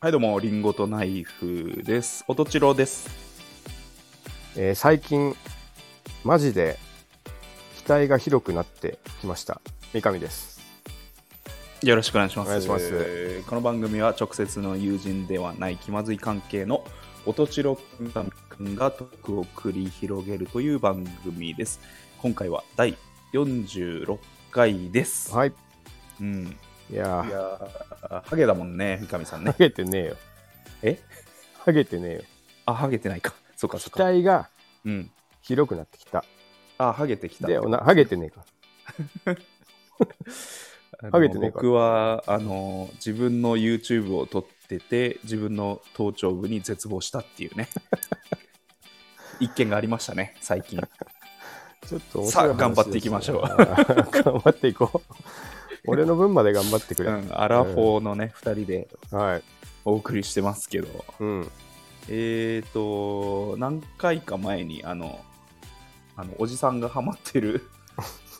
はい、どうも、リンゴとナイフです。おとちろです。えー最近、マジで、期待が広くなってきました。三上です。よろしくお願いします。お願いしますえーこの番組は直接の友人ではない気まずい関係の音千代くんとくんがトークを繰り広げるという番組です。今回は第46回です。はい。うん、いいややー、ー、ハゲだもんね、三上さんハ。ねゲてねえよ。えハゲてねえよ。あ、ハゲてないか。そうか、そ期うか。待がうん。広くなってきた。あ、ハゲてきた。で、おなハゲてねえか。あのハゲてねえから僕はあの自分の YouTube を撮ってて自分の頭頂部に絶望したっていうね 一件がありましたね最 近ちょっと面白い話さあ頑張っていきましょうですね頑張っていこう。俺の分まで頑張ってくうれ。んアラフォーのね、2人ではい。お送りしてますけどうん。えーと何回か前にあのあのおじさんがハマって る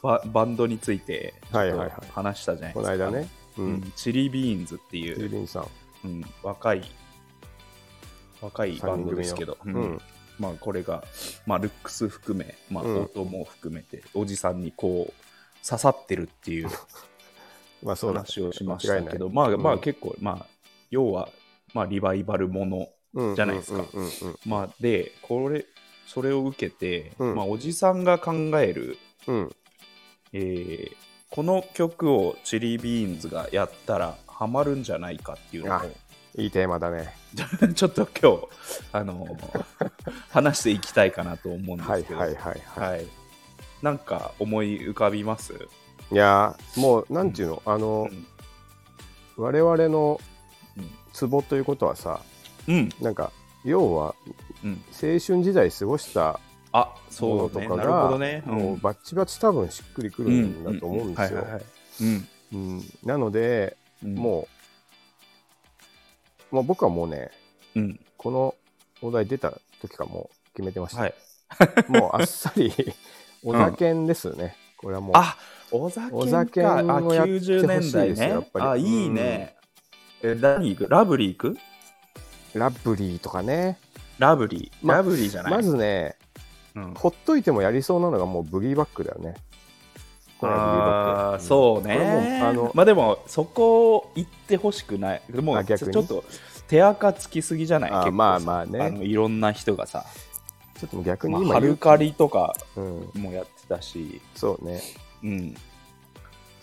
ババンドについてちょはいっはいはいと話したじゃないこですのか、間ね。う。うんんチリビーンズっていジュう、リンさん。うん、若い若いバンドですけど、ううんん。まあ、これが、まあ、ルックス含め、まあ、うん音も含めて、おじさんにこう刺さってるっていうまあそうだ。話をしましたけど、ま間違いないあ、まうあん結構、まあ、要は、まあ、リバイバルもの、うんじゃないですかうんうんうんまあ、でこれそれを受けて、うんまあ、おじさんが考える、うん。うんえーこの曲をチリビーンズがやったらハマるんじゃないかっていうのあいいテーマだね。を ちょっと今日あの話していきたいかなと思うんではいすけど、はいはいはい。はい、なんか思い浮かびますいやーもうなんていうの、あの、我々のうんツボということはさうん、なんか要はうん、青春時代過ごしたあものそうとねかなるほが、どね、うんもうバッチバチ多分しっくりくるんだと思うんですうよんはいはいはいうんうんなので、うんもう、まあ、僕はもうねう、ん、このお題出た時からもう決めてました、はい もうあっさ りお酒ですね、これはもうあお酒かお酒あをやってほしい90年代ですよやねっぱりあいいね、え何行くラブリー行くラブリーとかねラブリー、まラブリーじゃない、まずねうん、ほっといてもやりそうなのがもうブギーバックだよね。これはあーそうこねれもあのまあでもそこを行ってほしくないもあうち逆ょにっと手垢つきすぎじゃないあー結構さまあまあねのいろんな人がさ、ちょっと逆にま今あ、言う、ハルカリとかうん、もやってたし、そうね。うん、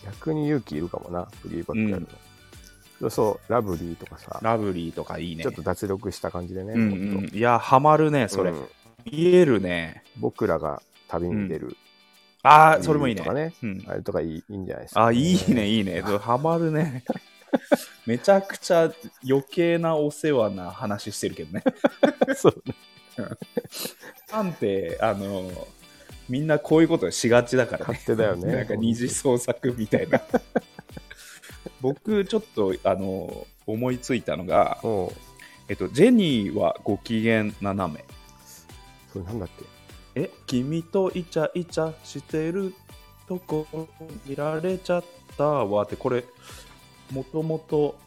逆に勇気いるかもな、ブギーバックやるの。そう、ラブリーとかさ、ラブリーとかいいねちょっと脱力した感じでね、うんもっとうん、いやハマるねそれ、うん見えるね僕らが旅に出る、ああそれもいいねとかねうん、あれとかいいいいんじゃないですか、あいいね。いいねそうハマる ねめちゃくちゃ余計なお世話な話してるけどね そうね。なんてあのみんなこういうことしがちだからね勝手だよ ね。なんか二次創作みたい な僕ちょっとあの思いついたのが、おうえっと、ジェニーはご機嫌斜めそれなんだっけえ君とイチャイチャしてるとこ見られちゃったわってこれもともと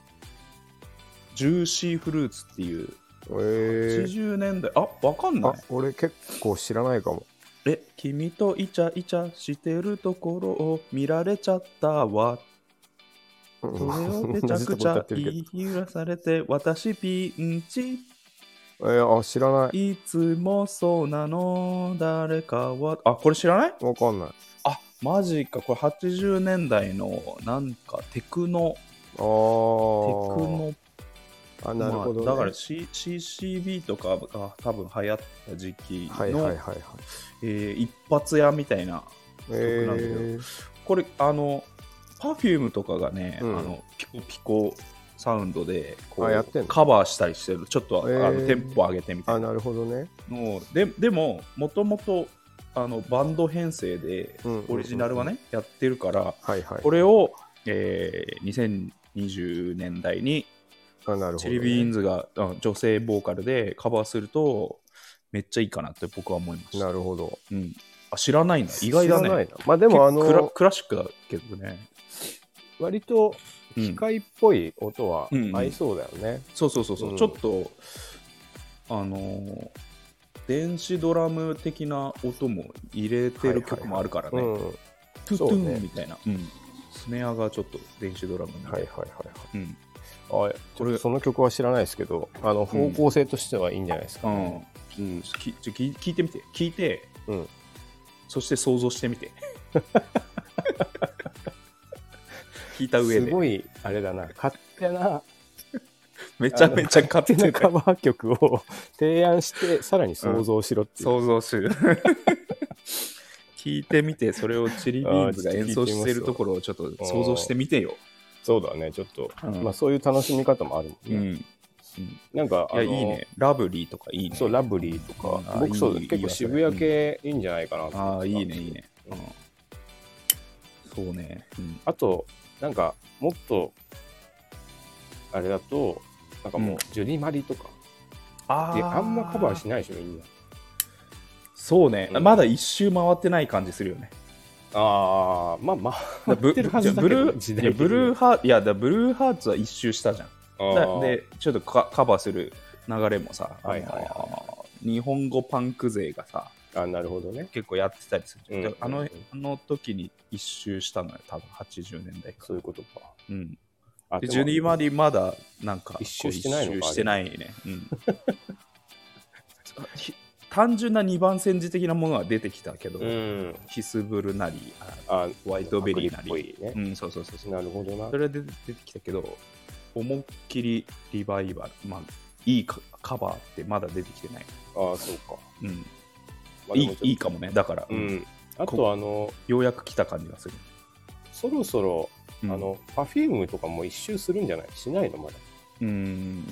ジューシーフルーツっていうえー80年代あわかんなあい、俺結構知らないかも。え君とイチャイチャしてるところを見られちゃったわうんそれをめちゃくち同じとこ歌ゃってるけど言い揺らされて私ピンチえーあ、知らない。いつもそうなの誰かはあこれ知らないわかんない。あマジかこれ80年代のなんかテクノああ。テクノあなるほど、ねまあだから、C、CCB とかが多分流行った時期の、はいはいはいはい。えー一発屋みたいな曲なんだけどえーこれあの Perfume とかがね、うんあのピコピコサウンドでこあやってんうのカバーしたりしてるちょっと、へーあのテンポ上げてみたあいななるほどね。のをででももともとあのバンド編成でうんうんうんうんオリジナルはね、やってるからはいはい。これを、えー2020年代にあなるほど、ね。チリビーンズが、あ女性ボーカルでカバーするとめっちゃいいかなって僕は思いました、なるほど。うん、あ知らないんだ意外だ知らなねいなまあでもあ結構クラのクラシックだけどね割とうん機械っぽい音はうんうん合いそうだよね。そうそうそうそう、うんちょっとあのー電子ドラム的な音も入れてる曲もあるからね、うん。はいトゥトゥそうねンみたいな、うんスネアがちょっと電子ドラムに、はいはいうんはい。あちょっとその曲は知らないですけど、あの方向性としてはいいんじゃないですか、うん、うん。きちょき聞いてみて聞いてうん。そして想像してみて 聞いた上すでごい、あれだな、勝手な、めちゃめちゃ勝手勝手ななカバー曲 を提案して、さらに想像しろっていう。想像する聞いてみてそれをチリビーンズが演奏してるところをちょっと想像してみてよ、そうだね、ちょっと、うんまあそういう楽しみ方もあるもんうね。ん、なんか、いやあいいのねラブリーとかいいねそう、ラブリーとうかん、僕あそう、いい結いいわ構それ渋谷系いいんじゃないかなと思あっあていたいねいいね、うんそうね、うんあと、なんか、もっと、あれだと、なんかもうんう、ジュリマリとか、あであんまカバーしないでしょ、みんな。そうね、うんまだ一周回ってない感じするよねあー、まあまあ、だブやってるはずだブけどル時ーい代や的にブルーハいやだブルーハーツは一周したじゃんだあーでちょっとカカバーする流れもさ、はいはいはあいの日本語パンク勢がさあなるほどね。結構やってたりする、うんであうんのうんあの時に一周したのよ多分80年代かそういうことか。ら、うん、あででもジュニーマリまだなんか一周してないのかこう一周してないね、うん ひ単純な二番煎じ的なものは出てきたけど、うん。ヒスブルなりああホワイトベリーなりパクリっぽいうねん、そうそうそうそうなるほどなそ。れで出てきたけど、思いっきりリバイバル、まあ、いいカカバーってまだ出てきてない。ああ、そうか。うん、まあいいでもちょっといいかもね、だから、ううんん。あと、あの、ようやく来た感じがする。そろそろ、うんあ、の、パフュームとかも一周するんじゃないしないのまだ。うん、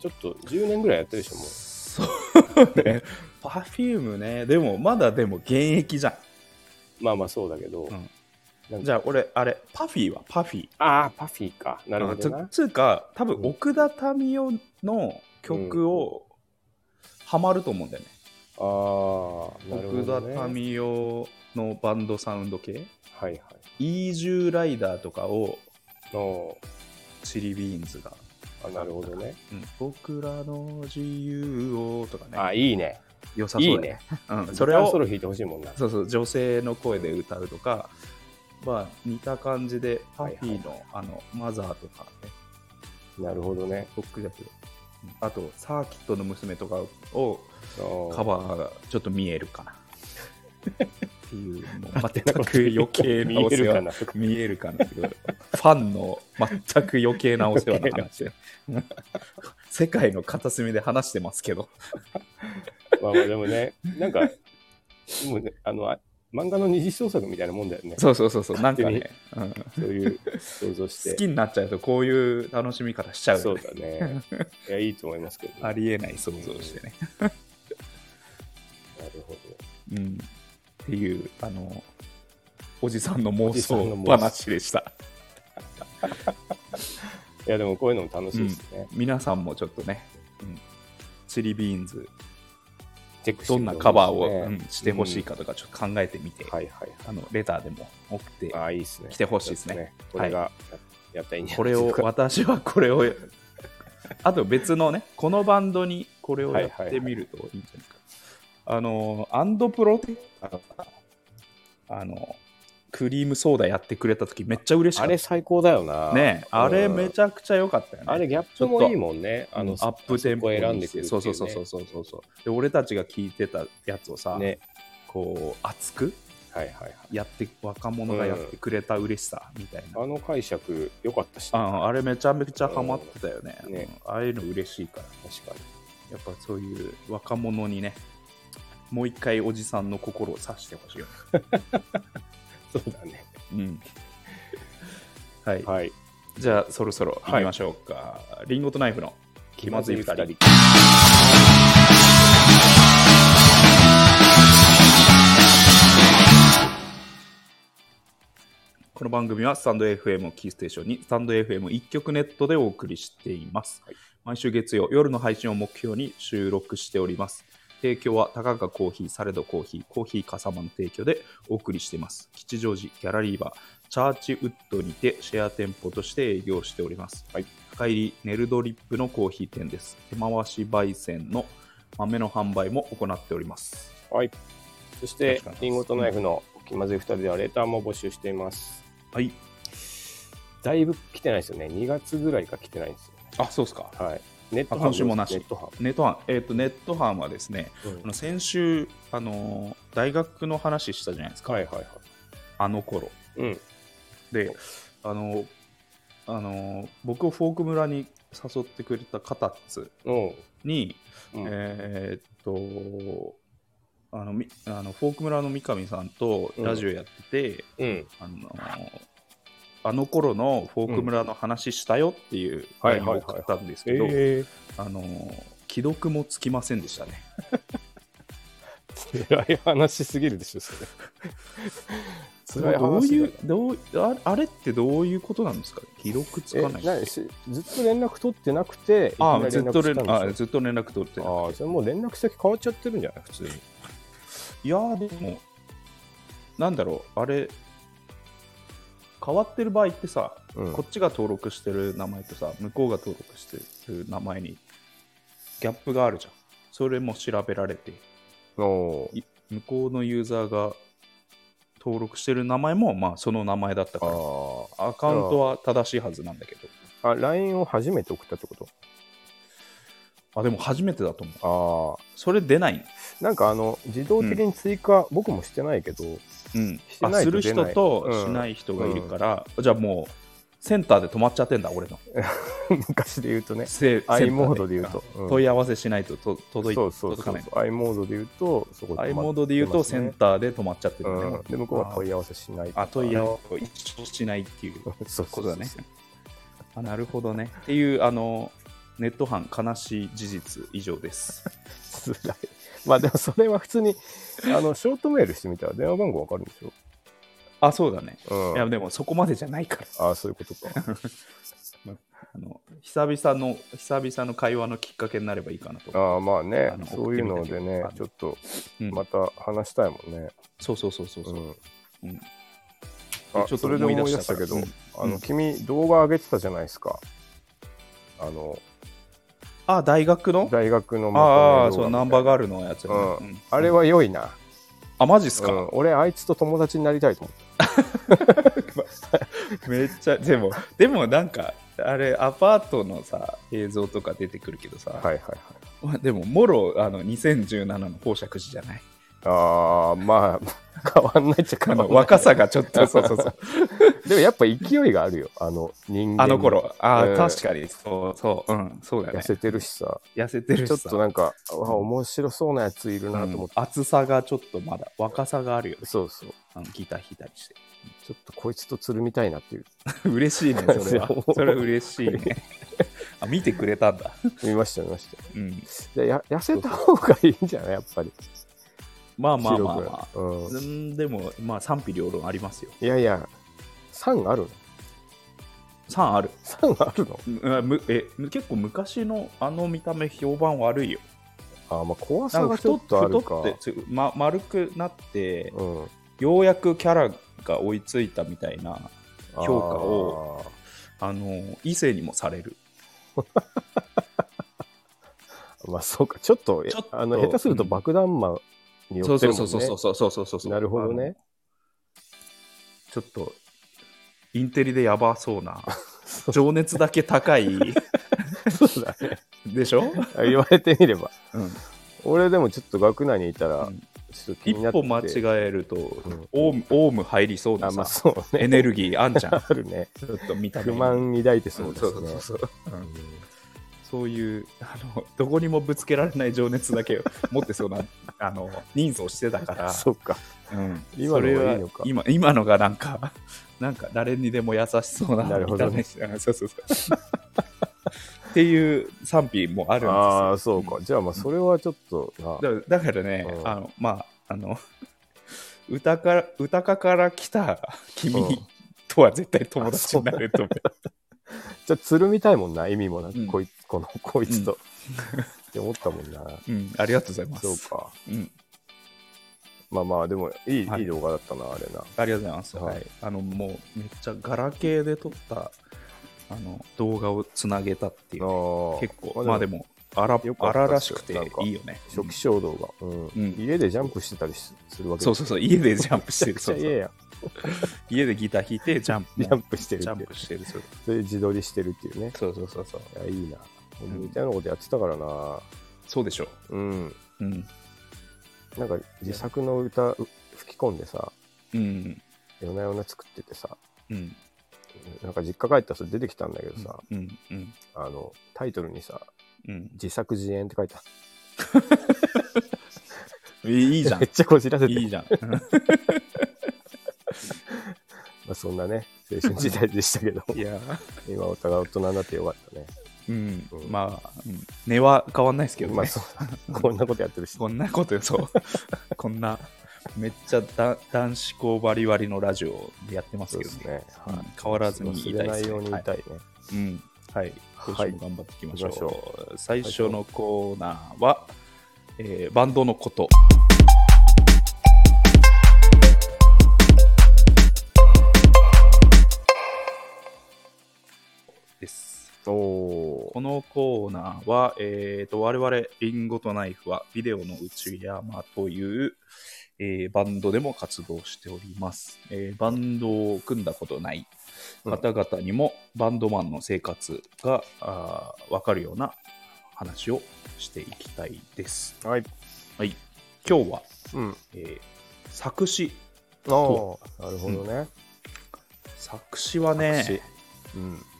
ちょっと、10年ぐらいやってるでしょ、もう。そうね、パフュームね、でもまだでも現役じゃまあまあ、そうだけど。うんなんん。かじゃあ、俺、あれ、パフィーはパフィー。ああ、パフィーか。なるほどあなつ。つうか、多分うん奥田民生の曲を、ハマると思うんだよね。ああ、なるほ奥田ど、ね。はい民生のバンドサウンド系。はい。イージューライダーとかをのチリビーンズが、あなるほどね。僕らの自由をとかねあいいね。良さそうだいよいね。うん、それをギターソロ弾いてほしいもんな。そうそう女性の声で歌うとか、まあ、似た感じでパフィーの,、あのマザーとかねなるほどね。僕だけどうんあとサーキットの娘とかをカカバーがちょっと見えるか なっていうもう全く余計な見お世えるか話な。 見えるかなファンの全く余計なお世話の話 世界の片隅で話してますけどまあまあでもね、なんか、もうね、あの、あ漫画の二次創作みたいなもんだよね。そうそうそうそうなん手かにね、うんそういう想像して。好きになっちゃうとこういう楽しみ方しちゃうよそうねだね。いや、いいと思いますけど、あなるりえない想像してね、ほうん、っていうあのおじさんの妄おじさんの妄想想話でしたど。いや、でもこういうのも楽しいですね。皆さんもちょっとね、うん、チリビーンズチェックしてどみんてなほしいですねカバーを、うんしてほしいかとかちょっと考えてみて、はいはい。あのレターでも送ってああ、いいですね。来てほしいですねちょっとこれが、やったらいいんじゃこないれですをか。私はこれをあと別のねこのバンドにこれをやってみるといいんじゃないか、あのアンドプロテあのクリームソーダやってくれた時めっちゃ嬉しかあっれ最高だよな。たねあれうんめちゃくちゃ良かったよねあれギャップもいいもんね。あの、アップテンポそにこして選んでくるっていうねそうそうそうそうそうそうそうで俺たちが聞いてたやつをさ、ね。こう熱くはいはいはい。やって若者がやってくれた嬉しさみたいな、あの解釈良かったし、確かああれめちゃめちゃハマってたよね,う、うんんねああいうの嬉しいからやっぱそういう若者にねもう一回おじさんの心を察してほしいよね、に。そうだね。 うんはい、はい。じゃあそろそろ行きましょうか、リンゴとナイフの気まずい2人気まずい二この番組はスタンド FM をキーステーションにスタンド FM 一曲ネットでお送りしています、毎週月曜夜の配信を目標に収録しております提供はたかがコーヒー、サレドコーヒー、コーヒーかさまの提供でお送りしています。吉祥寺ギャラリーバー、チャーチウッドにてシェア店舗として営業しております。はい深入りネルドリップのコーヒー店です。手回し焙煎の豆の販売も行っております。はい。そして確かに、リンゴとナイフの気まずい2人ではレターも募集しています。はい。だいぶ来てないですよね。2月ぐらいから来てないんですよね。あ、そうですか。はい。ネットあハン今週もなしネットハンネットハン、えっ、と、ネットハンはですね、うんあの先週、あのー大学の話したじゃないですか。はいはいはい。あの頃。うん。で、あのーあのー僕をフォーク村に誘ってくれたカタッツおうに、うん。えーっとあのみあのフォーク村の三上さんとラジオやってて、うん。あのあの頃のフォーク村の話したよっていううん LINE はをいはいは送いったんですけど、えあの既読もつきませんでしたね。ー、辛い話すぎるでしょ、 それ。辛いどう話いだうどうああれってどういうことなんですかね既読つえかない何しずっと連絡取ってなくて、あいきなありずっと連連絡したんあでしずっと連絡取ってょないああ、それもう連絡先変わっちゃってるんじゃない普通に。いやーでもなんだろうあれ変わってる場合ってさうんこっちが登録してる名前とさ、向こうが登録してる名前にギャップがあるじゃん。それも調べられて、おーい向こうのユーザーが登録してる名前も、まあ、その名前だったから、あアカウントは正しいはずなんだけど、あ。あ、LINE を初めて送ったってことあ、でも初めてだと思う。ああ。それ出ない。なんかあの、自動的に追加、僕もしてないけど、 うんし。てあないすと出なるい人としない人がいるから、じゃあもう、センターで止まっちゃってんだ、俺の。昔で言うとね、せ i センタモードで言うと。あうん問い合わせしないとと届いそうそう届そかうない。そう。i モードで言うと、そこ i モードで言うと、センタターで止まっちゃってるね。うん。で、向こうは問い合わせしないとかあ問い合わせを一生しないっていうこそうそうとだね。あなるほどね。っていう、あの、ネット班悲しい事実以上です。辛い。 まあでもそれは普通に、あの、ショートメールしてみたら電話番号わかるんでしょあ、そうだね。うんいや、でもそこまでじゃないから。ああ、そういうことか。あの久々の、久々の会話のきっかけになればいいかなと。ああ、まあねあ、のそういうのでね送ってみたけどあの、ちょっとうんまた話したいもんね。そうそうそうそううそう。ん。うんあ、ちょっとそれで思い出したけど思い出し、らあうんの、君、動画上げてたじゃないですか。あの、あ、大学の大学のああ、とめ動画みたいなそう、ナンバーガールのやつ、ねうんうんあれは良いな。あ、マジっすうか、ん俺、あいつと友達になりたいと思って。めっちゃ、でも、でもなんか、あれ、アパートのさ、映像とか出てくるけどさ、はいはいはい。まあでも、もろあの2017の宝釈寺じゃない。ああ、まあ、 変わんないっちゃあ変わのんない。若さがちょっと、そうそうそう。でもやっぱ勢いがあるよ。あの、人 間。あの。頃。ああ、うん確かに。そうそう。うん、そうだね痩。せてるしさ。痩せてるしちょさっとなんか、うわ、面白そうなやついるなと思って。うん厚さがちょっとまだ、若さがあるよね。そうそう。あのギター弾いたりして。ちょっとこいつとつるみたいなっていう。 嬉しいね、それはそう思。うそれは嬉しいね。 あ、見てくれたんだ。見ました、見ました。うん。でや痩せた方がいいんじゃないやっぱり。まあまあまあまあ。白くうんうん、でも、まあ賛否両論ありますよ。いやいや、酸あるの3ある。酸あるのうんむえ結構昔のあの見た目評判悪いよ。あーまあ怖なさんかがち太ょっっとある太か。ってつ、ま、丸くなって、うん、ようやくキャラが追いついたみたいな、あー評価を。あの異性にもされる。まあそうか、ちょっと、ちょっとあの下手すると爆弾魔によそうってそるうもんね。そうそうそうそうそうそうそう。なるほどねあの。ちょっと、インテリでやばそうな、情熱だけ高いそうだね。 でし ょ、言われてみれば。うん、俺でもちょっと学内にいたら、うんちょっと気一になっ歩て間違ええると、んオウムオウム入りそうなあ、まさあ、そうエね。ネルギーあん じゃん。あるね。ちょっと見た目不に満抱いてそそううでそすうそうね。そう、うんうんそういうあのどこにもぶつけられない情熱だけを 持ってそうなあの人相してたから、そうか。うん、今のがいいのかそれは今今のがなんかなんか誰にでも優しそうななるほど見ねた目しうんそうそうそう っていう賛否もあるんですよああ、そうか。じゃあ、まあ、それはちょっとな。だだからね、うんあのまああの 歌から歌かから来た君うんとは絶対友達になれると思うじゃあ、つるみたいもんな、意味もなく、 うんこいこのこいつと。って思ったもんな。 うん、ありがとうございます。そうか。うん、まあまあ、でも、いい、はいいい動画だったな、あれな。ありがとうございます。ははいい、あのもうめっちゃガラケーで撮ったあの動画をつなげたっていう、ああ結構まあでも、も荒よかった荒っすよらしくてなんかいいよね。初期衝動が、うんん家でジャンプしてたりしするわうんけ そうそうそう家でジャンプしてる。そそううそ。そううや家でギター弾いてジャンプ ジャンプしてるジャっンて。プしてる。そうそれで自撮りしてるっていうね。そうそうそうそう。いや、いいな。俺うんみたいなことやってたからな。そうでしょうん。う。うんなんか、自作の歌う吹き込んでさ、うん夜な夜な作っててさ、うんなんか実家帰ったらそれ出てきたんだけどさ、うんうんあの、タイトルにさ、うん。自作自演って書いてあっいいいいじた。ゃ んめっ。ちゃこじらせていいじ ゃん。うまあ、そんなね、青春時代でしたけ ど、んいやー、今お互い大人になってよかったね。うんう、んまあ、うん根は変わんないですけどまあね。そうこんなことやってるし、こんなことよ、そう。 こんな、めっちゃだ男子校バリバリのラジオでやってますそうけでどすね。ね。うん変わらずに言い忘たれいでなすいねように言いたいね。うん。はい。今週はいも頑張っていきましょう。行きまし最初のコーナーは、えーバンドのこと。です。おおこのコーナーは、えー、と我々リンゴとナイフはビデオの内山という、えーバンドでも活動しております、えーバンドを組んだことない方々にもバンドマンの生活が、あーわかるような話をしていきたいです、ー。はい。はい、今日は、うん。えー作詞ああ、なるほどね。作詞はね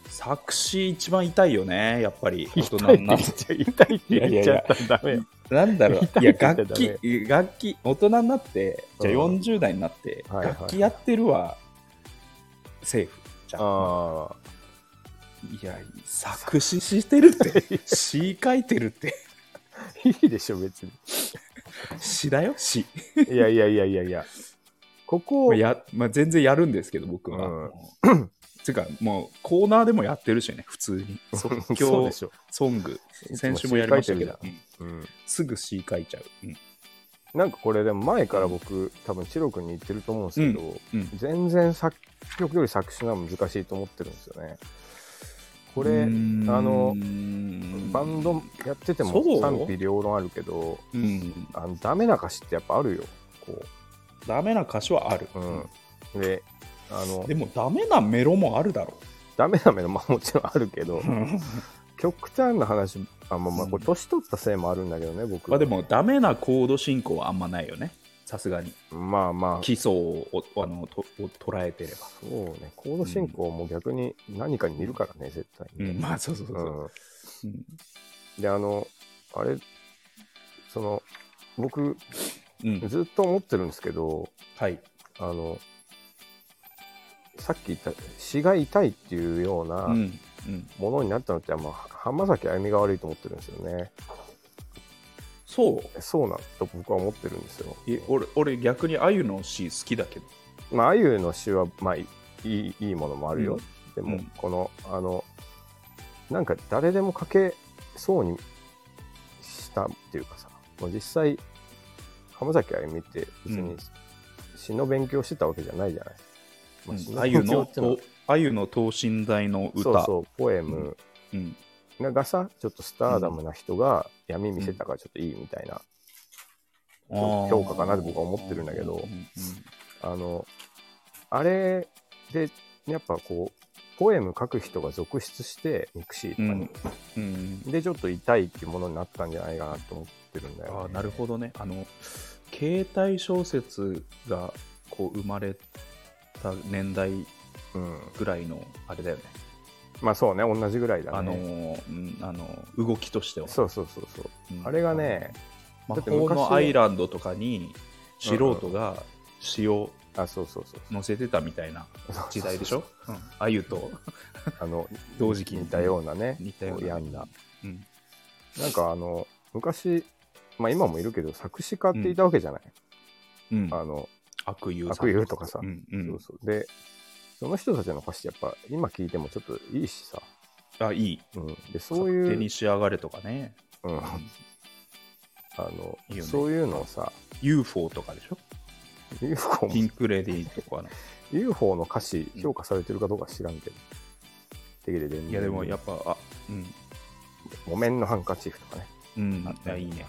作詞うん。一番痛いよねやっぱり大人痛いにっなって言っちゃ痛いって言っちゃったらダメよ。なんだろう、い痛や、いって言っちゃ楽ダメ器、楽器、大人になって、じゃあうん40代になって、はいはい楽器やってるは、セーフ。じゃあ、あいや、作詞してるって、 詩書いてるって、あ、いいでしょ、別に。詩だよ、詩。いやいやいやいやいや。こまこをあ、やまあ、全然やるんですけど、僕は。うもんうつうか、もうコーナーでもやってるしね、普通に。即そう興でしょ。ソング、いつも先週もやりましたけど、詩書うんうん。すぐ詩書いちゃう。うんなんかこれでも前から僕、多分、チロ君に言ってると思うんですけど、うん全然作曲より作詞の方が難しいと思ってるんですよね。これ、うあーんの、バンドやっててもそう賛否両論あるけど、うん、あのダメな歌詞ってやっぱあるよ。こダメな歌詞はある。う。うん。で、あので、もダメなメロもあるだ ろダメダメの、まあもちろんあるけどう。、極端な話、あまあまあ、これ年取ったせいもあるんだけどね、僕。まあで、もダメなコード進行はあんまないよね。さすがに。まあまあ、基礎をおあのとを捉えてれば。そうね、コード進行も逆に何かにいるからね、絶対うに。ん、まあそうそうそううそんう。うんであのあれその僕うん、ずっと思ってるんですけどはい。あのさっき言った詩が痛いっていうようなうん。うん、ものになったのって、まあ、浜崎あゆみが悪いと思ってるんですよねそう。そうなんと僕は思ってるんですよえ俺、俺逆にあゆの詩好きだけど。まああゆの詩はまあいいいいものもあるよ、でも、うんこのあのなんか誰でも書けそうにしたっていうかさもう実際浜崎あゆみって別うにん詩の勉強してたわけじゃないじゃない、ま詩あゆ勉強のっていうはと、あゆの等身大の歌。そうそうポエムうん。がさちょっとスターダムな人が闇見せたからちょっといいみたいな、あー評価かなって僕は思ってるんだけどうんあのあれでやっぱこうポエム書く人が続出してミクシーとかうに。ん。うんうんでちょっと痛いっていうものになったんじゃないかなと思ってるんだよ、ね。ああなるほどねあの携帯小説がこう生まれた年代うん、ぐらいのあれだよねまあそうね同じぐらいだね。あのー、うん、あのー動きとしては、そうそうそうそう。うんあれがね、魔だって法昔のアイランドとかに素人が詩をあそうそうそう載せてたみたいな時代でしょあゆと あの同時期に似たようなね似たような病んだ。うんなんかあの昔まあ今もいるけど作詞家っていたわけじゃない。うんあの悪友悪友とかさうんうんそうそうでその人たちの歌詞ってやっぱ今聞いてもちょっといいしさ。あいいうん、でそう勝手いにう仕上がれとかねうん、あのいいよねそういうのをさ UFO とかでしょ UFO もピンクレディーとかの UFO の歌詞評価されてるかどうか知らんけど。てけてでんいやでもやっぱあうん木綿のハンカチーフとかね、うんあいやいいね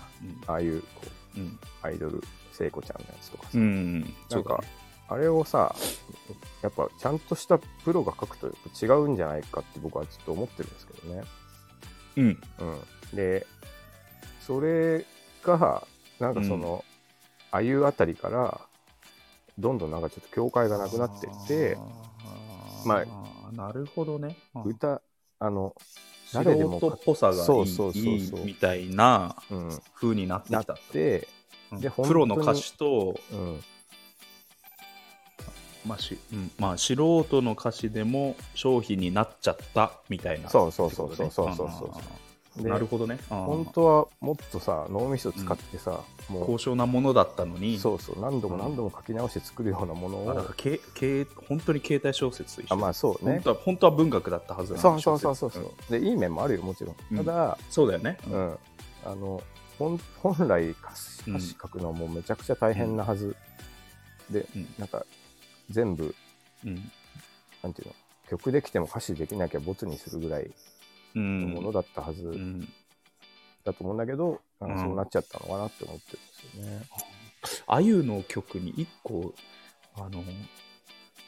ああいうこうんうんうアイドル聖子ちゃんのやつとかさ、うんうんなんかあれをさ、やっぱちゃんとしたプロが書くとやっぱ違うんじゃないかって僕はずっと思ってるんですけどね。うんうん、で、それが、なんかその、ああいうあたりから、どんどんなんかちょっと境界がなくなってって、あーまなるほどねうん歌、あの、素誰でも人っぽさがいいそうそうそうそういいみたいなうん、風になってなきったとて、うんでプロの本当歌に手と、うん、まあしうんまあ、素人の歌詞でも商品になっちゃったみたいなそうそうそうそうってことねそうそうそうあーでなるほどねあー本当はもっとさ脳みそ使ってさ、も高尚なものだったのうにそうそう何度も何度も書き直して作るようなものを、あなんかけけ本当に携帯小説と一緒あまあそうね本当は本当は文学だったはずなそのうにそうそうそう小説んでいい面もあるよもちろん、うんただ、そうだよね、うんあの本本来歌詞うん歌詞書くのはもうめちゃくちゃ大変なはず、でうんなんか全部うんなんていうの曲できても歌詞できなきゃボツにするぐらいうんのものだったはずうんだと思うんだけど、なんかそううんなっちゃったのかなって思ってるんですよね。あゆの曲に一個あの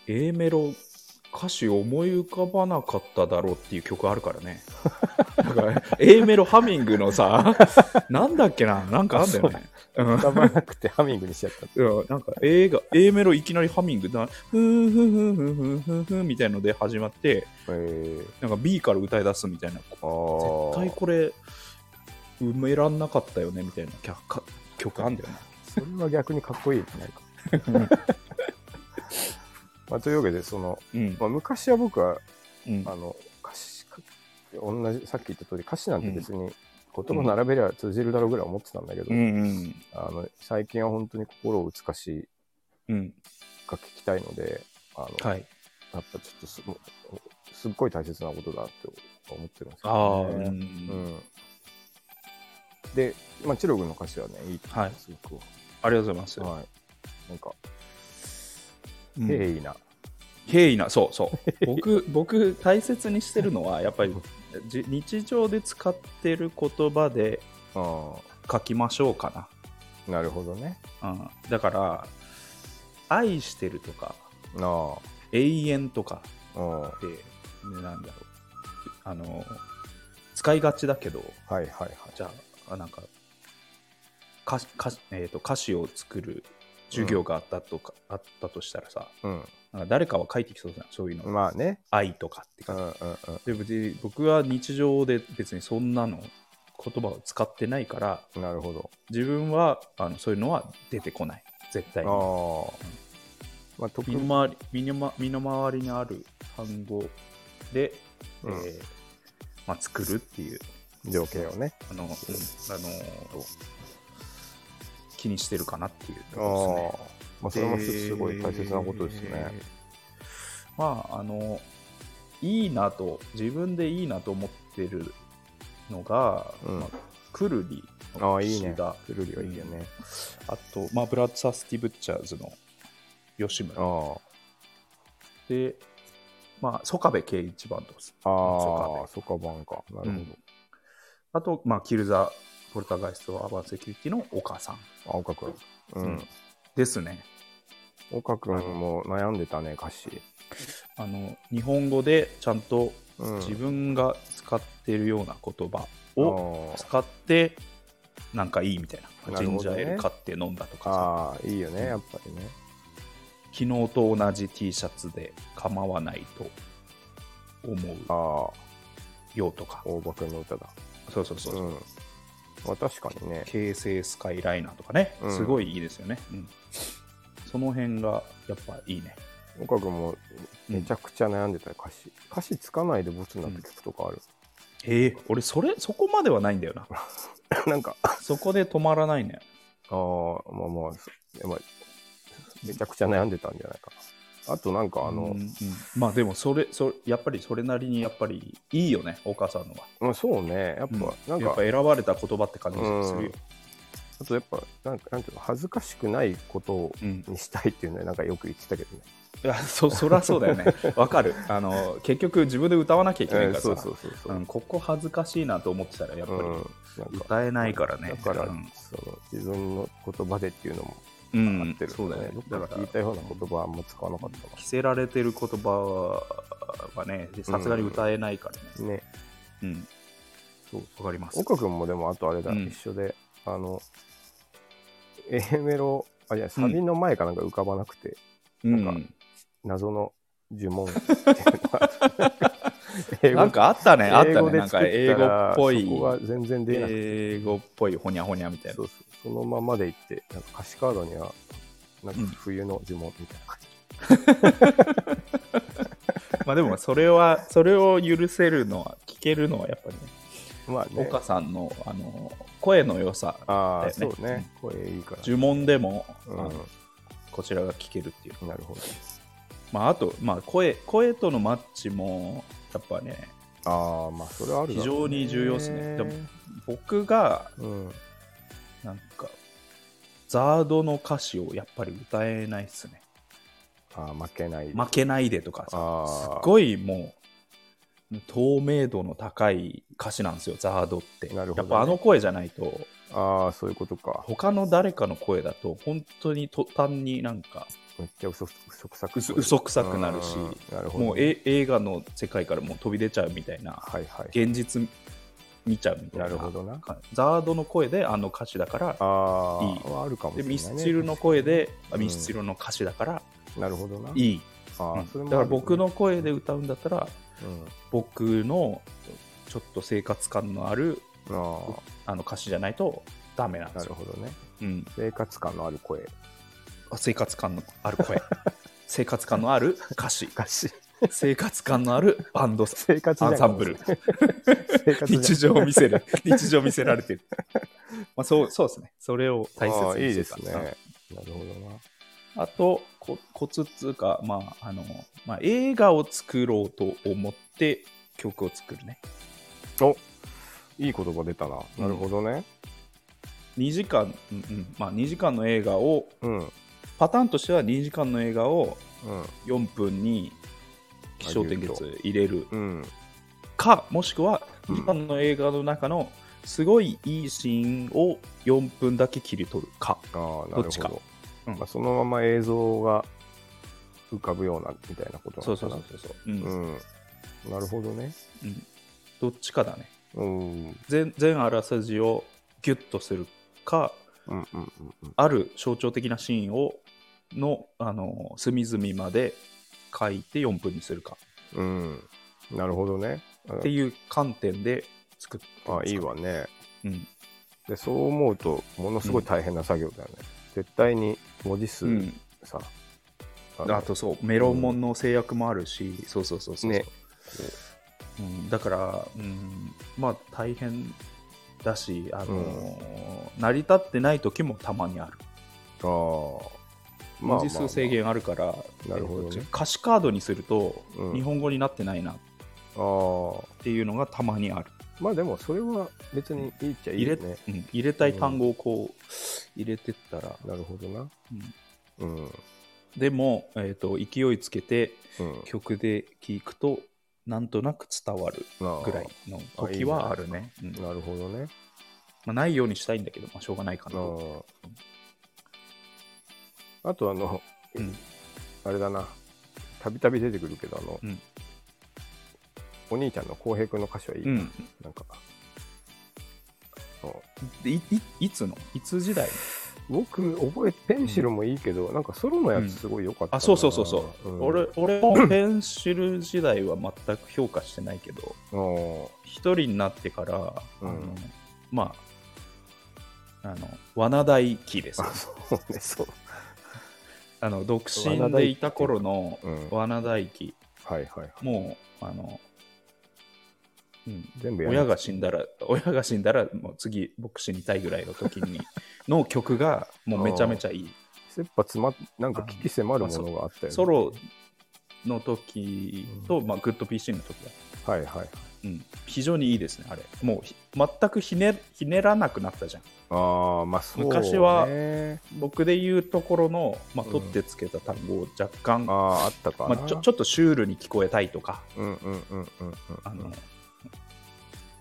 A メロ歌詞思い浮かばなかっただろうっていう曲あるからねなんか A メロハミングの さなんだっけななんかあんだよねうん浮かばなくてハミングにしちゃった。うんなんか A が A メロいきなりハミングだふんふんふんふんふんふんふんみたいので始まってえ ー、なんか B から歌い出すみたいなあ絶ー対これ埋めらんなかったよねみたいな曲か曲あんだよねそれは逆にかっこいいじゃないか。まあ、というわけでその、うんまあ、昔は僕はうんあの歌詞か同じさっき言った通り歌詞なんて別に言葉並べりゃ通じるだろうぐらい思ってたんだけど、うんうんあの最近は本当に心を打つ歌詞うんが聞きたいのであの、はいやっぱちょっとすもすっごい大切なことだって思ってるんですああ、よ、うんね。うんで、まあ、チロ君の歌詞はねいいと思います、僕はありがとうございます。はい。なんか、うん平易な。平易な、そう そう。僕、僕、大切にしてるのは、やっぱりじ日常で使ってる言葉であ書きましょうかあ、なるほどね。な。うん、だから、愛してるとか、あ永遠とかあ、うん。はって、ねなんだろう。あの、使いがちだけど、いはいはい。じゃあ、あなんか、歌詞歌詞えー、と歌詞を作る授業があったとか、あったとしたらさ、うん。なんか誰かは書いてきそうじゃん、そういうの。まあね。愛とかってう感んじうんうん。で別に僕は日常で別にそんなの言葉を使ってないからなるほど。自分はあのそういうのは出てこない絶対にああ。まあ、特身に、の回り身のま身の回りにある単語で、うんえーまあ、作るっていう情景をね。あの、うんあのー気にしてるかなっていうとあころですね。あまあ、それも一つすごい大切なことですね。で。まあ、あの、いいなと、自分でいいなと思ってるのが、うんまあ、クルリあのあ、いいね岸田、。くるりはいいよね。あと、まあ、ブラッサスティ・ブッチャーズの吉村あで、まあ、曽我部圭一バンドです。あ。ソあカあ、そかばんか。なうるんあと、まあ、キルザ・ポルターガイスト・アーバン・セキュリティの岡さんほど。あ、岡くん。ううんん。ですね。岡くんも悩んでたね、歌詞。あの日本語でちゃんとうん自分が使ってるような言葉を、を使ってなんかいいみたいななジるンほジどャねーエール買って飲んだとかああ、いいよね、やっぱりね。さ昨日と同じ T シャツで構わないと思ああ。うよとか大場君の歌だ。そうそうそう、うん。まあ確かにね。京成スカイライナーとかねうんすごいいいですよね、うんその辺がやっぱいいね岡君もめちゃくちゃ悩んでたよ歌詞。歌詞つかないでボツになった曲とかある。 えー、俺それそこまではないんだよななんか、そこで止まらないねああ、まあまあ、そまあ、めちゃくちゃ悩んでたんじゃないかあとなんかあうんのう、んまあでもそれそれやっぱりそれなりにやっぱりいいよねお母さんのは、まあ、そうねやっぱ、うなんんやっかぱ選ばれた言葉って感じがするよ、あとやっぱなんかなんていうの恥ずかしくないことうんにしたいっていうのはなんかよく言ってたけどね、いやそ そりゃそうだよねわかるあの結局自分で歌わなきゃいけないかえーらさ、そうそうそうそう、うん、ここ恥ずかしいなと思ってたらやっぱうんりなんか歌えないからね、だから、うんその自分の言葉でっていうのもうん合ってる、ねそうだよねどっだかから聞いたような言葉はあんま使わなかった着せられてる言葉はねさすがに歌えないからねなねうんそうわかります岡君もでもあとあれだ、うん一緒であの A メロあいやサビの前かなんか浮かばなくて、うんなん謎の 呪文っていうのなはんかあったねあったねでなんか作英語っぽそいこが全然出なくて、英語っぽいほにゃほにゃみたいそなうそうそのままでいってなんか歌詞カードにはなんかうん冬の呪文みたいな感じ、まあでもそれはそれを許せるのは聞けるのはやっぱりねまあね岡さんのあの声の良さああ、だよねそうね声いいから、呪文でも、あのう、こちらが聞けるっていうんなるほどまああと、まあ、声声とのマッチもやっぱねああまあそれはあるだろ非う常に重要っすねでも僕がうんなんかザードの歌詞をやっぱり歌えないっすねああ負けない負けないでとかさあーすっごいもう透明度の高い歌詞なんですよザードって、なるほどねやっぱあの声じゃないとああそういうことか他の誰かの声だと本当に途端になんかめっちゃ嘘嘘くさく嘘嘘くさくなるしうんなるほどねもうえ映画の世界からもう飛び出ちゃうみたいなはいはい現実見ちゃうみたいななるほどなかザードの声であの歌詞だからああいいはあるかもしでれない、ね、ミスチルの声で、あうんミスチルの歌詞だからなるほどないい、あーうんそれもあだるよねから僕の声で歌うんだったらうん僕のちょっと生活感のあるああの歌詞じゃないとダメなんあでなするよ、ほどねうん、生活感のある声あ生活感のある声 生活感のある歌詞 歌詞生活感のあるバンドさ生活じゃアんンサンブル生活じゃん日常を見せる日常を見せられてるまあそうそうですねそれを大切ああいにいですするねなるほどなあとこコツっつうか、まああのまあ、映画を作ろうと思って曲を作るねおいい言葉出たな、なるほどね2時間、うんうんまあ、2時間の映画をうんうんパターンとしては2時間の映画を4分に起承転結入れるうんかもしくはうん2時間の映画の中のすごいいいシーンを4分だけ切り取るかああなるほどどっちかうんまあ、そのまま映像が浮かぶようなみたいなことなそのうそかうなそうそう、うんうん、なるほどね。うんどっちかだねうん、うん、全全あらすじをギュッとするかうん、うんうん。ある象徴的なシーンをのあの隅々まで書いて4分にするかうん、なるほどね。うんっていう観点で作ってあますいいわね。うんで、そう思うと、ものすごい大変な作業だよね。絶対に文字数うんさ、のあとそうメロモンの制約もあるし、そうそうそうそう、ね、うん、だから、うん、まあ大変だし、あの成り立ってない時もたまにあるああ、文字数制限あるから、なるほどねえっと歌詞カードにすると、うん日本語になってないなっああ、ていうのがたまにあるまあでも、それは別にいいっちゃいいよね。うん、入れたい単語をこう入れてったら、なるほどな。うんうん、でも、えー、と勢いつけてうん、曲で聴くとなんとなく伝わるなぐらいの時はあるねうんまなるほどね。あ、ないようにしたいんだけど、まあ、しょうがないかなとあああと、あの、うんあれだな、たびたび出てくるけど、あの、うんお兄ちゃんの浩平君の歌詞はいい、うん、なんか、あのでいいいつのいつ時代僕、覚え、ペンシルもいいけど、なんかソロのやつすごい良かったな、あそうそうそうそう、ん俺、俺もペンシル時代は全く評価してないけどうん一人になってから、うんあのまああの罠大機ですあ、そうね、 そう。あの独身でいた頃のうん、はい罠大機はいはい。もうあの、うん、全部や親る。が死んだら親が死んだらもう次僕死にたいぐらいの時にの曲がもうめちゃめちゃいい切羽詰まっなんか危機迫るものがあったよね。ソロの時と、まあ、グッド PC の時だ、はいはい。うん、非常にいいですね、あれ。もうひ全くひねひねらなくなったじゃん。ああ、まあそう、ね、昔はあ僕で言うところの、まあ、うん取ってつけた単語を若干、まあー、あったかな。あ、ちょちょっとシュールに聞こえたいとかうんうんうんうんうん。あの、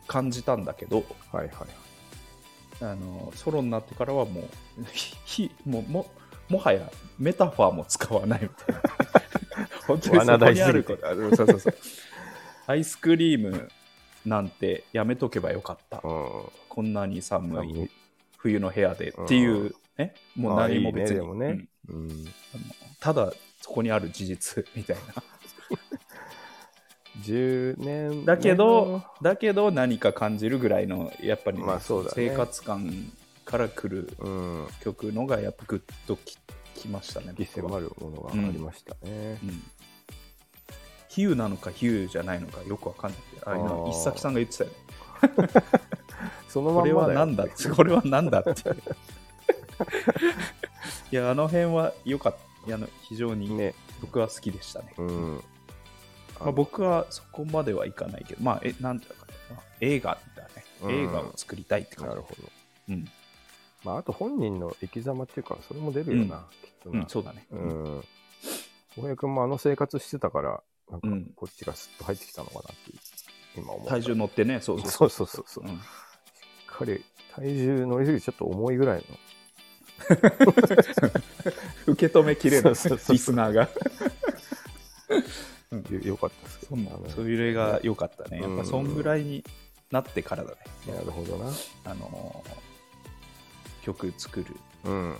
感じたんだけどはいはいはい。あのソロになってからはもう ひひもうももはやメタファーも使わないみたい な本当にそこにあることあのそうそうそうアイスクリームなんてやめとけばよかったうこんなにん。寒寒いい冬の部屋でっていう、うんねもうまあ何も別にいいねでもねうんうん、あのただそこにある事実 みたいな10年だけど、だけど何か感じるぐらいの、やっぱり、まあそうだね生活感から来るうん、曲のが、やっぱグッとききましたね、激僕は迫るものがありましたね。うん。比喩なのか比喩じゃないのかよくわかんないけど。あれなあー一作さんが言ってたよね。そのまこんれまはだよなんだって、これはなんだって。 いや、あの辺は良かったいや。あの非常にね。僕は好きでしたね。うん。まあ、僕はそこまではいかないけど、まあ、えなんていうのかな、まあ映画だね。映画を作りたいってな感るほど。じ。うんまあ、あと本人の生き様っていうか、それも出るよな、きっとうな。ん、そうだね。うん。小平君もあの生活してたから、なんかうんこっちがスッと入ってきたのかなっていう、今思う。体重乗ってね、そうそうそうそうそうそう。うしんっかり体重乗りすぎてちょっと重いぐらいの。受け止めきれるそうそうそうリスナーが。よよかったですけそどんねなそういう例が良かったね。やっうぱんそんぐらいになってからだね。なるほどな。あのー曲作るうん。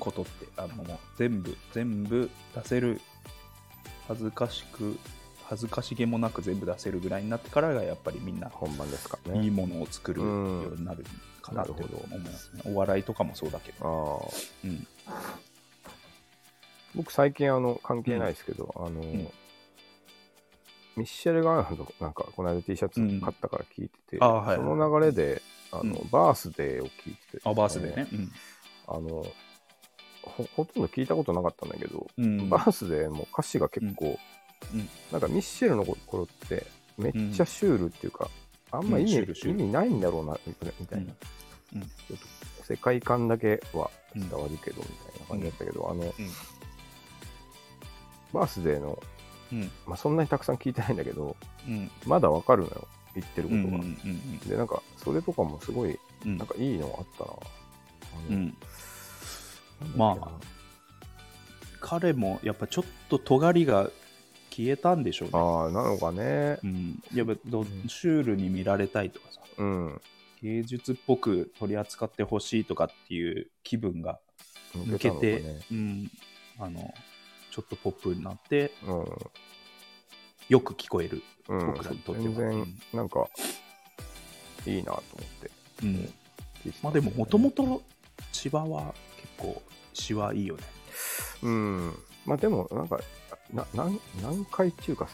ことって、あのもう全部、全部出せる、恥ずかしく、恥ずかしげもなく全部出せるぐらいになってからが、やっぱりみんな、本番ですかいいね。ものを作るようんうになるかなってなるほど思いますね。お笑いとかもそうだけど。ああ。うん僕最近あの関係ないですけど、あの、んミッシェル・ガーナのなんかこの間 T シャツ買ったから聞いてて、あーはいはいその流れであの、うバースデーを聞いてて、あ、バースでね。うんあのほほとんど聞いたことなかったんだけど、うんバースデーも歌詞が結構、うんうんなんかミッシェルの頃ってめっちゃシュールっていうか、あんま意うんシ味,、ュールシュール意味ないんだろうなみたいな、うんうんちょっと世界観だけは伝わるけどみたいな感じだったけど、あの、バースデーの、うんまあ、そんなにたくさん聞いてないんだけどうんまだわかるのよ言ってるこうんとうが、んうんでなんかそれとかもすごいうんなんかいいのあったうな、ん、なんだっけなま彼もやっぱちょっと尖りが消えたんでしょうね。ああなのかねうん、やっぱどうんシュールに見られたいとかさうん芸術っぽく取り扱ってほしいとかっていう気分が、抜けたのかねうん、あのちょっとポップになってうんよく聞こえるうん僕らにとっては全然なんかいいなと思ってうん、聞いてたまあんでだもけどねもともと千葉は結構詩はいいよねうんまあでもなんかななん何回っていうか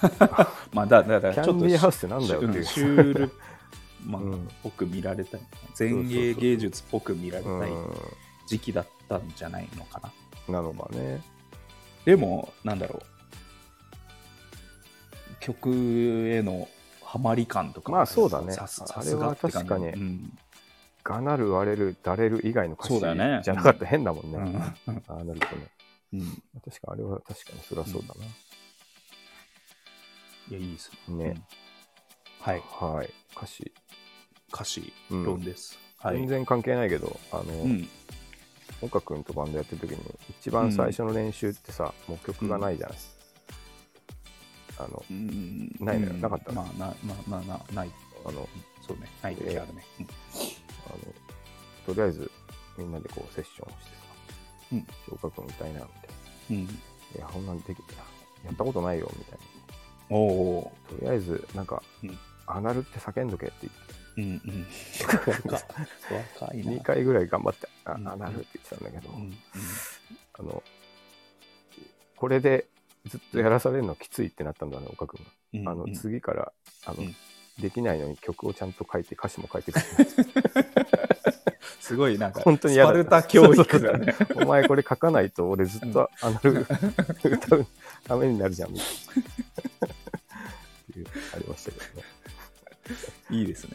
さまあだだだキからャちょンっデとィーハウスってなんだよっていううんシュールっまあうんぽく見られたい前衛芸術っぽく見られうたいん時期だったんじゃないのかな。なのかねでも、なんだろう。曲へのハマり感とかもまあそうだねさすあさすがって感じあれは確かにうんがなる割れるだれる以外の歌詞そうだよねじゃなかったら変だもんね、うんああなるとねうん確かあれは確かにそりゃそうだいや、いいですな、ね。うねんはい。はい歌詞、歌詞うん論です。はい。全然関係ないけどあの、うん岡君とバンドやってる時に一番最初の練習ってさ、もう曲がないじゃない、あのうんないのようんなかったのまあ、な、まあ、まあな、ない。あのそうね。ない時あるね。うんあのとりあえずみんなでこうセッションしてさうん「岡君歌いな」みたいうん。な「いやこんなんできてなやったことないよ」みたいおーなとりあえずなんかうん「アナルって叫んどけ」って言ってうん うん。若若いな。 2回ぐらい頑張って「あうんアナル」って言ってたんだけど、うんうんあのこれでずっとやらされるのきついってなったんだね岡君が。うんあのうん次からあの、うん できないのに曲をちゃんと書いて歌詞も書いてくれすごいなんか、本当スに嫌パだルタ教育だね。お前これ書かないと俺ずっとアナログ歌うためになるじゃんみたいな。っていうありましたけどね。いいですね。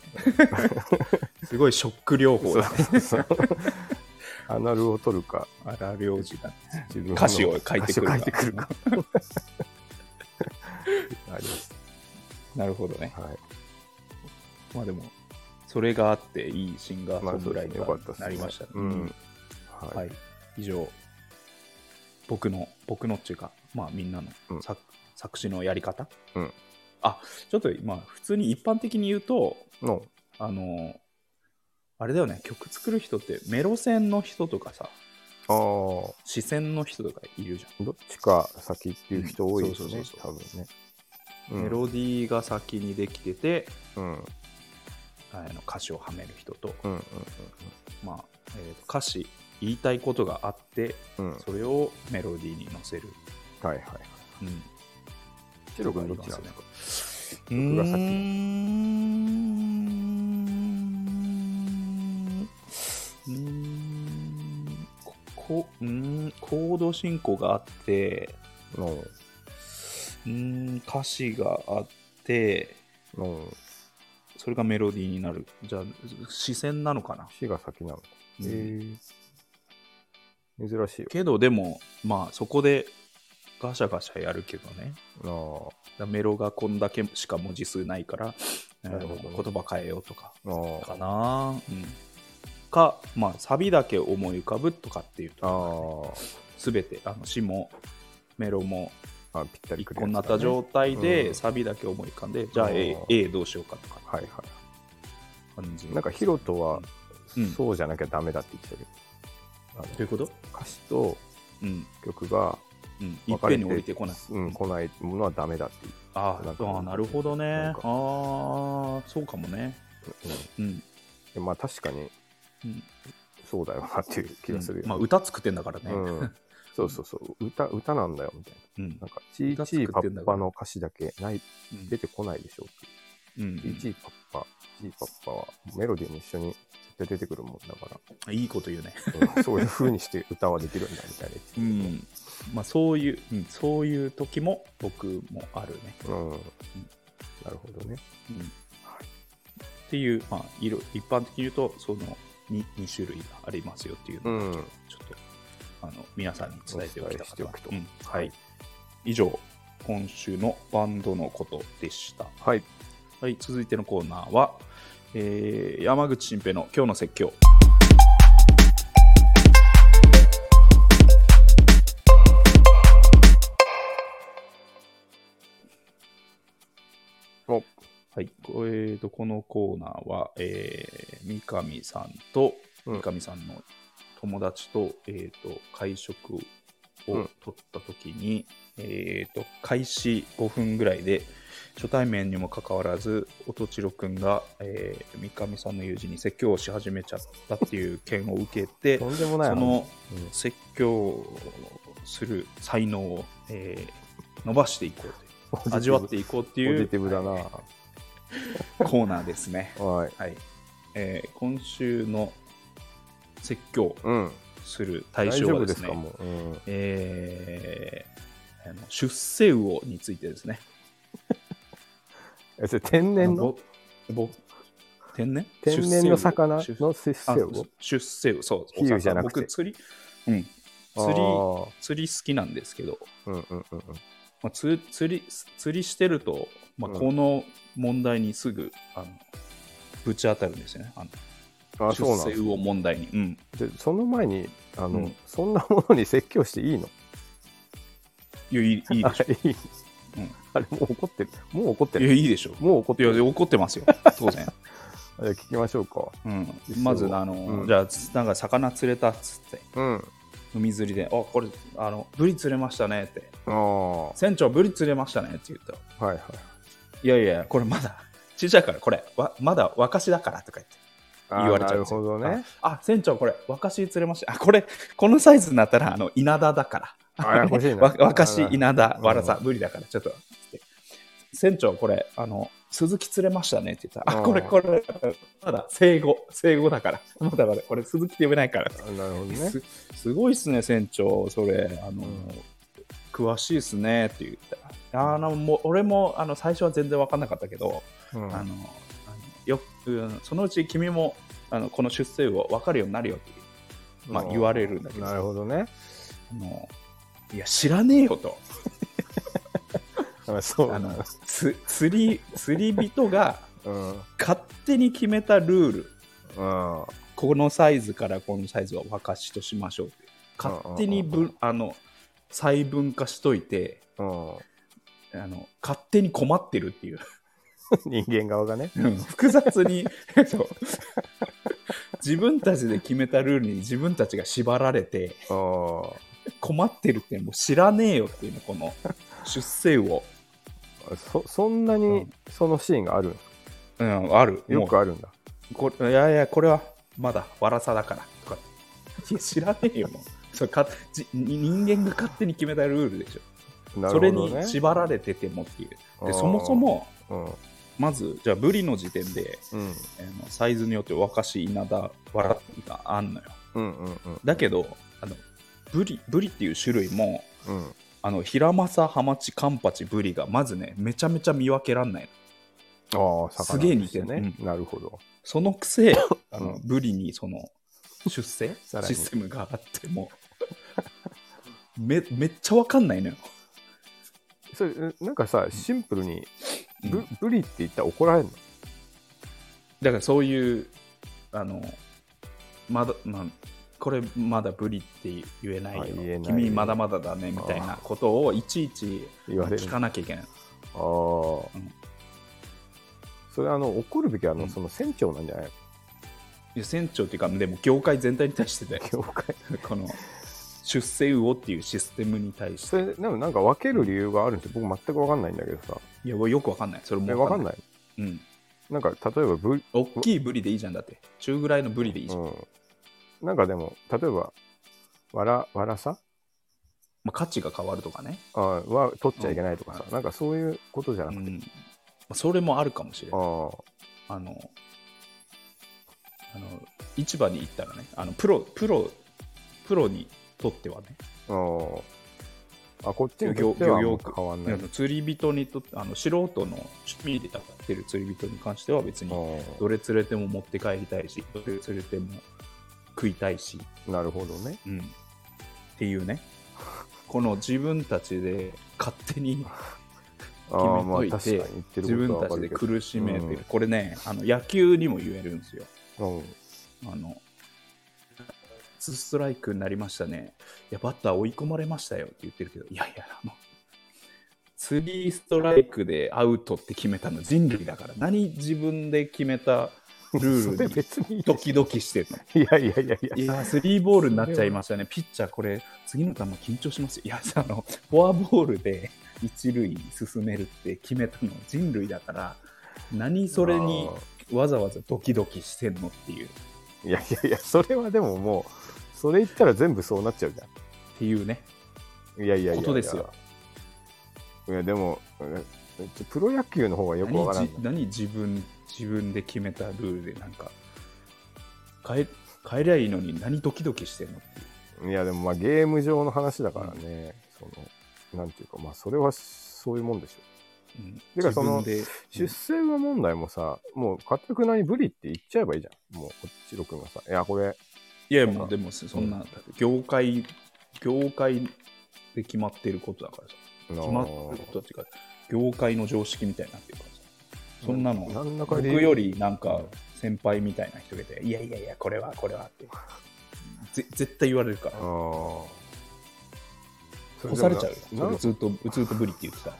すごいショック療法だね。そうそうそうアナルを取るか、あら領事だ。自分の歌詞を書いてくるか歌詞を書いてくるか。ありまし なるほどね。た。はい。まあでも、それがあって、いいシンガーまソあ、ンそうグでライすね。タよかったーにです、ね。なりましたね。うん。ははい。い、以上僕の僕のっていうかまあみんなうんの作,、作詞のやり方、うんあちょっとまあ普通に一般的に言うとの、あのあれだよね曲作る人ってメロ線の人とかさああ、視線の人とかいるじどっちか先っていう人多いですね、うんそう多そ分ね。ゃん、メロディーが先にできててうん、うん、あの歌詞をはめる人と,、うん、まあえーと歌詞言いたいことがあってうん、うん。はそれをメロディーに乗せる、いはい。うん、チェロ君どっちなんですか僕が先ここうーんコード進行があっての、うーん歌詞があっての、それがメロディーになるじゃあ視線なのかな、死が先なの。うんええ珍しいけどでもまあそこでガシャガシャやるけどねよ。だからメロがこんだけしか文字数ないから、あのなるほどね言葉変えようとかなあ、なかな、うん、かまあサビだけ思い浮かぶとかっていうあ、とあ全てあの詞もメロもあ、あぴったり一く個になった状態。態で、うんサビだけ思い浮かんでじゃああ A, ー A どうしようかとかはいは感じい。なんか、ヒロトは、うんそうじゃなきゃダメだって言ってたけど。あどういうことの歌詞とうん曲が、うん、い分っかぺれんてに降りてこない。うん、来ないものはダメだって言あーなあんかー、なるほどなねん。かああ、そうかもね。って。うんうん。でまあ確かにうんそうだよなっていう気がするよ、うんまあ、歌作ってんだからね。うんそうそうそう歌歌なんだよみたいうんななんか「ちい歌ちい作パってんだッかパ」らの歌詞だけないうん出てこないでしょっていうう「ちいんちいパッパ」「ちいパッパ」はメロディーも一緒に出てくるもんだかうんいいこと言うね。ら、うんそういう風にして歌はできるんだみたいなう、ん。まあ、そういう、うん、そういう時も僕もあるね。うん、なるほどねっていう、まあ、いろ一般的に言うとその 2, 二種類がありますよっていうのをんちょっと、あの皆さんに伝えておきたかったお伝えしておくとうんははいい、以上今週のバンドのことでした、はいはい、続いてのコーナーは、えー山口新平の「今日の説教」おはい、こえー、とこのコーナーは、えー三上さんと、うん三上さんの友達と,、えー、と会食をうん取った時に、えー、と開始5分ぐらいで初対面にもかかわらず音千代くんが、えー三上さんの友人に説教をし始めちゃったっていう件を受け てとんでもないそのうん説教する才能を、えー伸ばしていこうという味わっていこうってポいジうティブだなはいはコーナーですね。い、はいえー今週の説教うんする対大象丈は夫でですすね、かもう、うん、えーあの出世魚についてですね。えそれ天然のあぼぼ天然天然の魚出世魚のあそ出世魚う出世魚、そう。比喩じゃなくて僕釣り、うん、釣りあ釣り好きなんですけど、ーうんうんうんうんまあ、つ釣り釣りしてると、まあ、うんこの問題にすぐ、あのぶち当たるんですよね。あのあ出そうなん世です魚問題に。うんでその前にあの、うんそんなものに説教していいのいやいいいいでしょあれいい、うんあれもう怒ってるもう怒っていや、るいいでしょ。もう怒っいてや、る怒ってますよ、当然。じゃあ聞きましょうかうん実、際はまず、あの、うんじゃあ、つなんか魚釣れたっつって、うん海釣りで、あ、これ、あの、ブリ釣れましたねって、ああは船長、ブリ釣れましたねって言ったらいはいいやいや、これまだ、ちっちゃいから、これ、わまだ若しだからとか言って。あー言われちゃうなんるですよほどねあ、船長、これ、若し釣れました。あ、これ、このサイズになったら、あの、稲田だから。あややこしいなわ若し、あー稲田、うんわらさ、ブリだから、ちょっと。つって船長、これ、あの、鈴木釣れましたねって言ったら、あ、あーこれ、これ、まだ生後、生後だから、まだまだ、これ、鈴木って呼べないから。あなるほどね。すすごいっすね、船長、それ、あの、うん詳しいっすねって言ったら、あの、もう、俺も、あの、最初は全然分かんなかったけど、うんあの、あのようんそのうち君も、あの、この出世魚分かるようになるよっていうまあ言われるんだけどなるほどね。あの、いや、知らねえよと。あそうあなんのだ。つ釣り釣り人がうん。うん。勝手に決めたルールあこのサイズからこのサイズは沸かしとしましょうって勝手にうんうん分あの細分化しといてうん。あの勝手に困ってるっていう人間側がね。複雑に そう自分たちで決めたルールに自分たちが縛られてうん。困ってるってもう知らねえよっていうのこの出世を、そそんなうにんそのシーンがあるうん、あるよもうくあるんだ。これいやいやこれはまだわらさだからとか いや知らねえよもうそれかじ人間が勝手に決めたルールでしょ、なそれるほどにね。縛られててもっていうあでーそもそ。もうん。うん。まずじゃあブリの時点で、えーのサイズによって若し稲田わらがあんのようんうんうん。だけどあのブリブリっていう種類もうん。あのヒラマサハマチカンパチブリがまずねめちゃめちゃ見分けらんないのああ、魚すげえ似てるとしてね。なるほど。そのく せあのブリにその出世さらにシステムがあってもめめっちゃわかんないのよ。それえなんかさシンプルにブ,、うんブリって言ったら怒られるのだからそういうあのまだなんこれまだブリって言えないよあ言えない君まだまだだねみたいなことをいちいち言われる聞のかなきゃいけない。あー、うんそれあの怒るべきはあの、うんその船長なんじゃない いや船長っていうかでも業界全体に対してだよの業界この出世魚っていうシステムに対しそてれでもなんか分ける理由があるんですよ僕全く分かんないんだけどさいやよくわかんないそれえも分かんないい、うん、なんか例えばブリ、大きいブリでいいじゃんだって中ぐらいのブリでいいじゃんうん、なんかでも例えばわらわらさまあ、価値が変わるとかね、あーは取っちゃいけないとかさ、うなんかそういうことじゃうなくて、んまあ、それもあるかもしれあないーあのあの市場に行ったらねあのプロプロプロにとってはねあーあこっちにと漁っては業もう区変わんない、あの釣り人にとってあの素人の趣味でやってる釣り人に関しては別あにーどれ釣れても持って帰りたいしどれ釣れても食いたいし、なるほどねうん、っていう ねこの自分たちで勝手にあーまあ決めといて確かに言って自ること分はた分ちかでるけど苦しめてる、うんこれねあの野球にも言えるんですようんあのツーストライクになりましたねいやバッター追い込まれましたよって言ってるけどいやいやあのスリーストライクでアウトって決めたの人類だから何自分で決めたルー それルに別にいいドキドキしてるのいやいやいやいやいや、スリーボールになっちゃいましたね。ピッチャー、これ、次の球緊張しますよ。いや、あの、フォアボールで一塁に進めるって決めたの人類だから、何それにわざわざドキドキしてんのっていう、っいやいやいやそれはでももうそれ言ったら全部そうなっちゃうじゃていうね。んいやいやいやいやことですよいやでもえちょプロ野球の方がよく何わからんじ何自分、自分で決めたルールで、なんか、変え、変えりゃいいのに何ドキドキしてんのっていう。ないやでもまあゲーム上の話だからね、そのなんていうかまあそれはそういうもんでしょうん、てかその自出分で、世魚問題もさもう勝手くなにブリって言っちゃえばいいじゃんもうこっちろくんがさいやこれいや、もうでも、そんな、業界、業界で決まってることだからさ。あの決まってることは違う業界の常識みたいになってるからさそんなの何らか僕理由よりなんか先輩みたいな人がいていやいやいやこれはこれはっ てぜ絶対言われるからああ干されちゃうよそなれずっとずっとブリって言ってたら、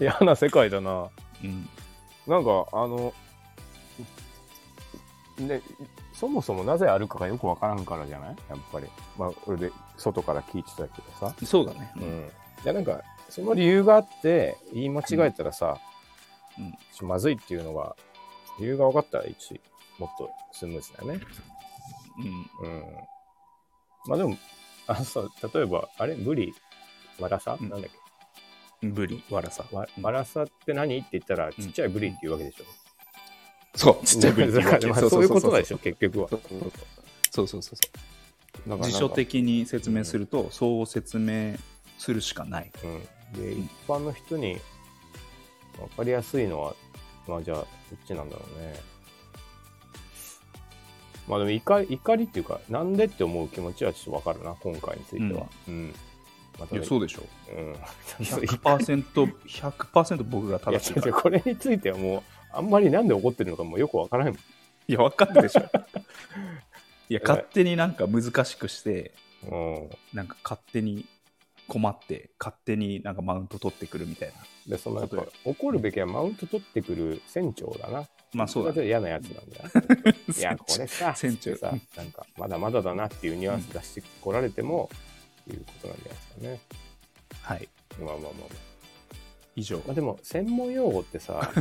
嫌な世界だな。うんなんか、あの、ね、そもそもなぜあるかがよくわからんからじゃないやっぱり。まあ、これで外から聞いてたけどさ。そうだね、ん。いや、なんか、その理由があって、言い間違えたらさ、うんうんちょまずいっていうのが、理由が分かったら一致、もっとスムーズだよね。うんうん。まあでも、あ、そう、例えば、あれブリ、マラサ、うんなんだっけブリ、ワラサ。わわらさって何って言ったら、ちっちゃいブリって言うわけでしょ。そう、ちっちゃいブリって言うわけ。まあ そういうことなんでしょ、結局は。そうそうそうそうそうそうなかなか辞書的に説明すると、そう説明するしかない。うん、でうん一般の人に分かりやすいのはまあじゃあどっちなんだろうねまあでも怒り怒りっていうかなんでって思う気持ちはちょっと分かるな今回についてはうん、まあいただや、そうでしょ。うん 100%、100%僕がい正やしいか違う違うら。これについてはもうあんまりなんで怒ってるのかもよく分からないもんいや、わかるで しょ。いや、勝手になんか難しくして、うんなんか勝手に困って、勝手になんかマウント取ってくるみたいな。でそのやっぱこと怒るべきはマウント取ってくる船長だなまあそうだそれね。が嫌なやつなんだよ いや、これさ、船長ってさ、なんか、まだまだだなっていうニュアンス出してこられても、いうことなんじゃないですはい。かね。まあまあまあまあ。以上ま。あでも、専門用語っ てさ、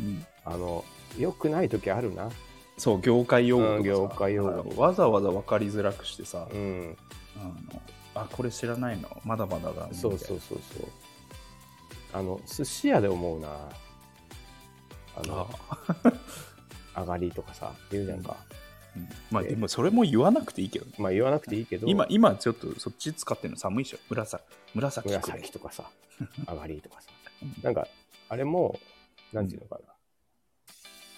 うんあの、良くない時あるな。そう、業界用語とかさうん業界用語なんかわざわざ分かりづらくしてさ、うん。あのあ、これ知らないの、まだまだだ。そうそうそうそう。あの、寿司屋で思うな。みたいあなの、あ上がりとかさ、言うじゃんか。うんまあでもそれも言わなくていいけどね。まあ言わなくていいけど、今、今ちょっとそっち使ってるの寒いでしょ。紫。紫くらい紫。とかさ、上がりとかさ。なんか、あれも、なんていうのか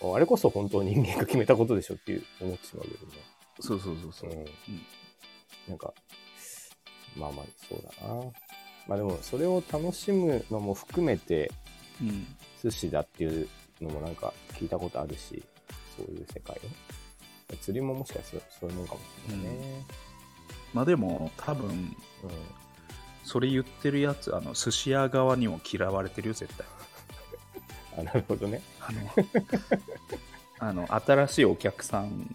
な。あれこそ本当に人間が決めたことでしょっていう思ってしまうけそうそうそうそうど。ね。うんうん。なんか、まあまあ、そうだな。まあでも、それを楽しむのも含めて、うん寿司だっていうのもなんか聞いたことあるし、そういう世界を。釣りももしかしたらそういうもんかもしれないね。まあでも、多分うん。それ言ってるやつ、あの寿司屋側にも嫌われてるよ、絶対。あ、なるほどね。あの あの新しいお客さん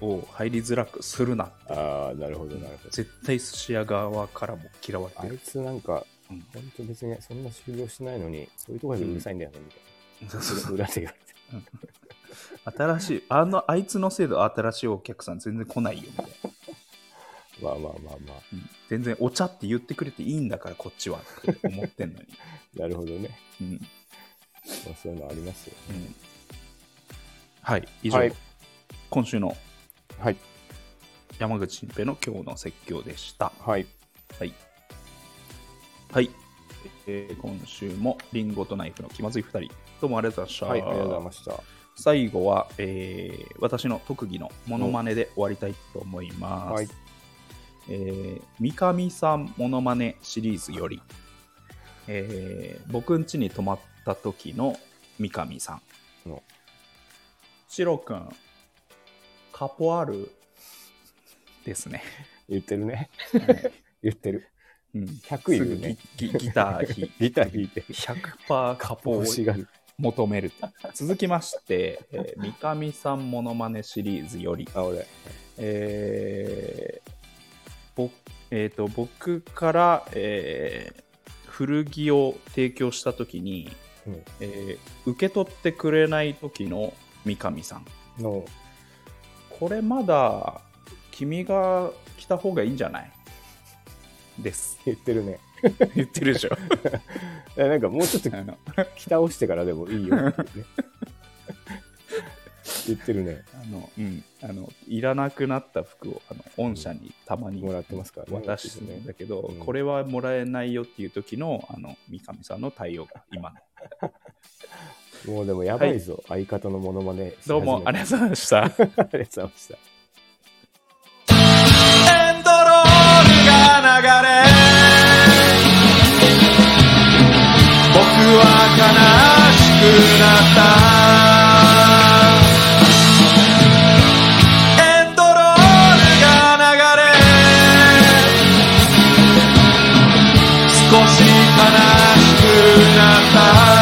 を入りづらくするなってああ、なるほど、なるほど。絶対寿司屋側からも嫌わあれている、つなんか、うん本当別にそんな修行しないのに、そういうところでうるさいんだよね、みたいな。そうそうそそうれ裏で言われて。新しいあのあいつのせいで新しいお客さん全然来ないよみたいな、まあまあまあまあ。うん全然お茶って言ってくれていいんだからこっちはって思って んのに、なるほどね。うんまあ、そういうのありますよ。うんはい以上、はい今週のはい。山口新平の今日の説教でしたはい。はい。はい。えー今週もリンゴとナイフの気まずい2人、どうもありがとうございました。はい。ありがとうございました。最後は、えー私の特技のモノマネで終わりたいと思います。はいえー三上さんモノマネシリーズより、えー僕ん家に泊まった時の三上さんお。シロ君、カポアルですね。言ってるね。はい言ってる。うん100言うすね。ぐギギギター弾いてギター弾いて。 100%カポを星がある。求める続きまして、えー三上さんモノマネシリーズより、あ、俺。えーぼえーと僕から、えー古着を提供した時に、うんえー受け取ってくれない時の三上さんの、これまだ君が着た方がいいんじゃないです 言ってるね。言ってるでし ょえなんかもうちょっとあの着倒してからでもいいよって いうね。言ってるね。あの、うん、あの、いらなくなった服を、あの、御社にたまに、もらってますからね渡してるんだけど、うんこれはもらえないよっていう時の、あの、三上さんの対応が今の。もうでもやばいぞ。相方のモノマネ。どうも、あり ががとうございました。とうございました。エンドロールが流れ僕は悲しくなったエンドロールが流れ少し悲しくなった